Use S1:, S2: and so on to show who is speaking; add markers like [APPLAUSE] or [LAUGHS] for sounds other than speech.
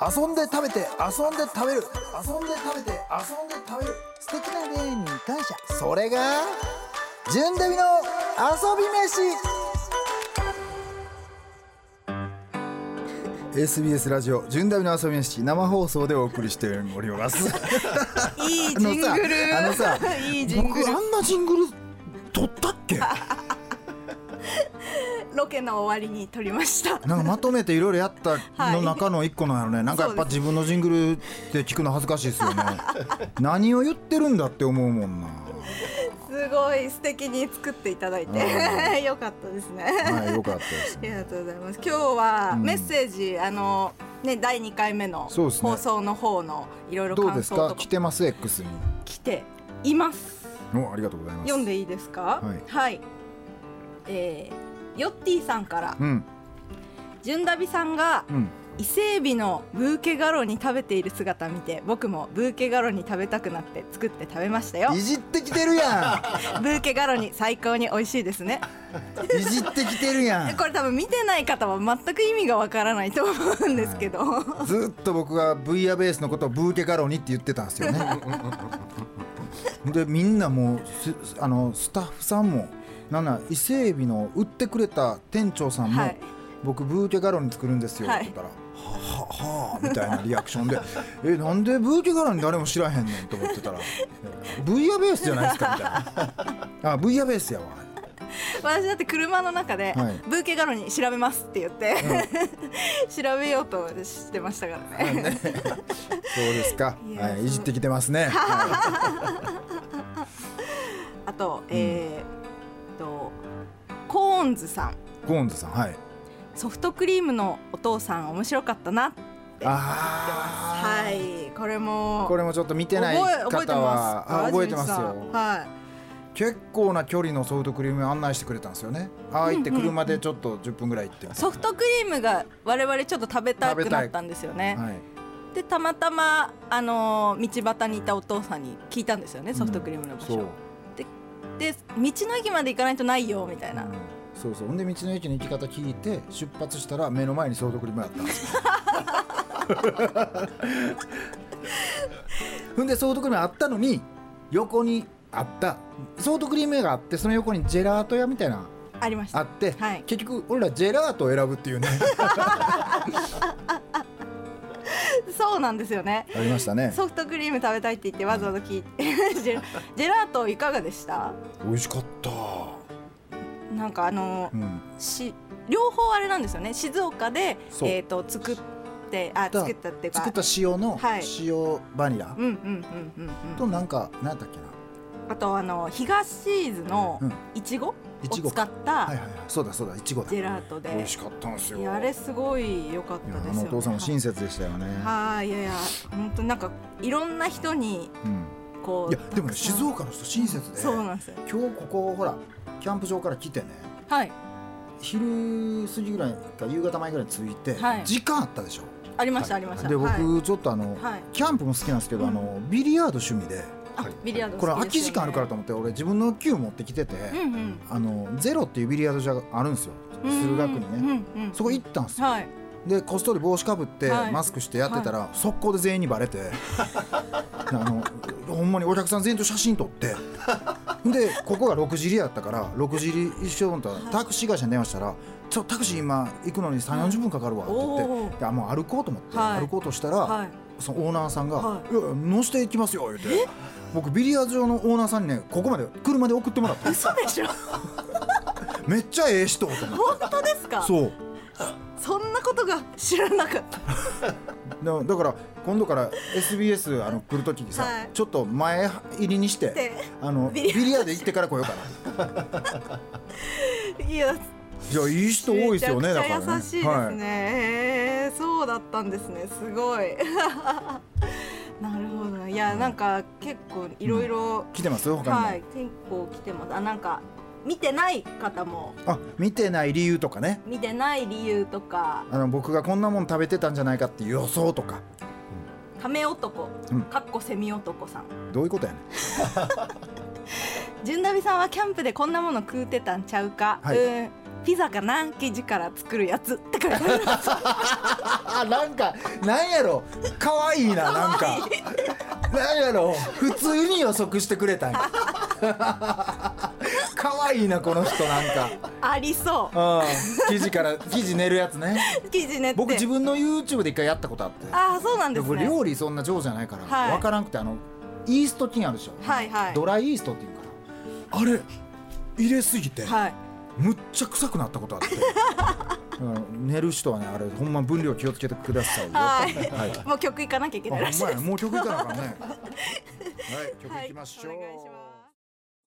S1: 遊んで食べて遊んで食べる遊んで食べて遊んで食べる素敵な出会いに感謝それが純デビの遊び飯 SBS ラジオ「純ダビの遊び飯」生放送でお送りしております。
S2: いいジングル
S1: あのさあのさ
S2: [LAUGHS] いいジング
S1: [LAUGHS] 僕あ
S2: ル
S1: んなジングル撮ったっけ [LAUGHS] な
S2: ロケの終わりに撮りました
S1: んかまとめていろいろやった
S2: は
S1: の
S2: い
S1: 中の一個なんやろねなんかやっぱ自分のジングルって聞くの恥ずかしいです [LAUGHS] よね何を言ってるんだって思うもんな
S2: すごい素敵に作っていただい
S1: あ
S2: て [LAUGHS] よかったですね
S1: はいよかったです
S2: ありがとうございます今日は
S1: うん
S2: メッセージ、あのね第2回目の
S1: そうですね
S2: 放送の方のいろいろ
S1: どうで
S2: 感
S1: す
S2: 想と
S1: か
S2: か
S1: 来てます X に
S2: 来ています
S1: おありがとうございます
S2: 読んでいいですか
S1: はい
S2: えーヨッティさんから
S1: うん
S2: ジュンダビさんが
S1: うん
S2: 伊勢海老のブーケガロに食べている姿見て僕もブーケガロに食べたくなって作って食べましたよ
S1: いじってきてるや
S2: ブーケガロに最高に美味しいですね
S1: んいじってきてるやん
S2: これ多分見てない方は全く意味がわからないと思うんですけど、
S1: ずーっと僕がブイヤベースのことをブーケガロニって言ってたんですよね。でみんなもうすあのスタッフさんもなんなら伊勢海老の売ってくれた店長さんも、
S2: はい
S1: 僕ブーケガロニ作るんですよって
S2: はい
S1: 言ったら。はあはあはあみたいなリアクションで「えなんでブーケガロニ誰も知らへんねん」と思ってたら「ブイヤベースじゃないですか」みたいな「あブイヤベースや
S2: [LAUGHS]
S1: わ」
S2: 私だって車の中で、
S1: はい
S2: ブーケガロに調べますって言って、 [LAUGHS] 調べようとしてましたからね、
S1: そうですか
S2: い、や
S1: はい、
S2: そう
S1: いじってきてますね、は
S2: あとえーっとコーンズさん
S1: い、ゴーンズさんはい
S2: ソフトクリームのお父さん面白かったな
S1: あー
S2: はいこれも
S1: これもちょっと見てない
S2: 覚え覚えて
S1: 方は
S2: ますか
S1: あ覚えてます
S2: ジミー
S1: よ
S2: さんはい
S1: 結構な距離のソフトクリーム案内してくれたんですよねああ行って車でちょっと10分ぐらい行って
S2: ソフトクリームが我々ちょっと食べたくなったんですよね。
S1: はい
S2: でたまたまあのー道端にいたお父さんに聞いたんですよねソフトクリームの場所。
S1: そう
S2: で道の駅まで行かないとないよみたいな
S1: う。んそうそうほんで道の駅の行き方聞いて出発したら目の前にソフトクリームやったん
S2: [LAUGHS]
S1: ですよほんでソフトクリームあったのに横にあったソフトクリーム屋があってその横にジェラート屋みたいな
S2: ありまし
S1: あ
S2: た。
S1: って、
S2: はい
S1: 結局俺らジェラートを選ぶっていうね
S2: [LAUGHS] そうなんですよね。
S1: ありましたね
S2: ソフトクリーム食べたいって言ってわざわざ聞いてジェ
S1: [LAUGHS]
S2: ラジェラートいかがでした
S1: 美味しかった
S2: なんかあのー
S1: うん
S2: し両方あれなんですよね静岡で、
S1: そう
S2: えー、と作ってあ
S1: だ
S2: 作ったっていうか
S1: 作った塩の
S2: はい
S1: 塩バニラ
S2: うんうんうんうんうん、
S1: となんか何だっけな
S2: あとあの東シーズの
S1: うん
S2: いちごを
S1: いちご
S2: 使
S1: か
S2: っ
S1: はい
S2: た
S1: はいはいそうだそうだいちごだ
S2: ジェラートで、
S1: 美味しかったんですよ
S2: いやあれすごい良かっ
S1: いや
S2: たで
S1: あの
S2: すよ、
S1: お
S2: ね。
S1: 父さんも親切でしたよね
S2: はいいやいや本当なんかいろんな人に
S1: うん
S2: こ
S1: いうやでもね
S2: たくさん
S1: 静岡の人親切で
S2: そう
S1: 今
S2: なんですよ。
S1: 日ここほらキャンプ場から来てね
S2: はい
S1: 昼過ぎぐらいか夕方前ぐらいに着いて
S2: はい
S1: 時間あったでしょ
S2: ありました、ありました。
S1: で
S2: はい、
S1: 僕ちょっとあの
S2: はい
S1: キャンプも好きなんですけど
S2: うん
S1: あのビリヤード趣味で
S2: あビリヤード
S1: これ
S2: 好
S1: 空
S2: きで
S1: き
S2: す
S1: 時
S2: よね
S1: 間あるからと思って俺自分の球持ってきてて
S2: うんうん
S1: あのゼロっていうビリヤード場があるんですよ
S2: うん
S1: 駿河区にね
S2: うんうん
S1: そこ行ったんですよ、
S2: はい
S1: でこっそり帽子かぶって、
S2: はい
S1: マスクしてやってたら、速攻で全員にバレ
S2: [LAUGHS]
S1: てあのほんまにお客さん全員と写真撮ってでここが6時入りやったから6時入り一緒にタクシー会社に電話したら「ちょタクシー今行くのに3 4 0分かかるわ」って言って、
S2: おー
S1: であもう歩こうと思って、
S2: はい
S1: 歩こうとしたら、
S2: はい
S1: そのオーナーさんが「
S2: はい
S1: い、や乗せていきますよ」言うて僕ビリヤード場のオーナーさんにねここまで車で送ってもらった
S2: 嘘でしょ
S1: めっちゃええ人と思って
S2: 本当ですか。
S1: そう
S2: そんなことが知らなかった。
S1: だだから今度から SBS あの来るときにさ、
S2: はい
S1: ちょっと前入りにして
S2: で
S1: あの
S2: ビ
S1: ビ
S2: リ
S1: リヤ
S2: ヤード
S1: ード行ってから来ようかないい
S2: や [LAUGHS]
S1: やいい人多いですよねだ
S2: め
S1: から
S2: ちゃくちゃ優しいですね。
S1: はい、
S2: へえそうだったんですね。すごい。 [LAUGHS] なるほど。いや、なんか結構いろいろ。
S1: 来てますよ他にも、
S2: はい、結構来てます。あ、なんか見てない方も
S1: あ見てない理由とかね
S2: 見てない理由とか、
S1: あの僕がこんなもん食べてたんじゃないかっていう予想とか
S2: 亀男
S1: うん、
S2: かっこセミ男さん。
S1: どういうことやねん
S2: 純ダビさんはキャンプでこんなもの食うてたんちゃうか。
S1: はい
S2: うん。ピザかな生地から作るやつ [LAUGHS] って書いて
S1: [LAUGHS]
S2: ある
S1: あなんかなんやろ可愛いな
S2: [LAUGHS]
S1: なんかなんやろ普通に予測してくれたんや [LAUGHS] 可愛いなこの人なん
S2: ありそう
S1: かうん生地から生地寝るやつ
S2: [LAUGHS]
S1: ね
S2: 生地練って
S1: 僕自分の YouTube で一回やったことあって
S2: ああそうなんです
S1: 僕
S2: ね
S1: 料理そんな上手じゃないから、
S2: はい
S1: 分からんくてあのイースト菌あるでしょ、
S2: はいはい
S1: ドライイーストっていうからあれ入れすぎて、
S2: はい
S1: むっちゃ臭くなったことあって [LAUGHS] うん寝る人はねあれほんま分量気をつけてくださいよ
S2: [LAUGHS] はい
S1: はい
S2: もう曲行かなきゃいけ
S1: あ
S2: ないらしい [LAUGHS]
S1: ほんまやもう曲いかなあかんねはい曲
S2: はい
S1: いきましょう、
S2: お願いします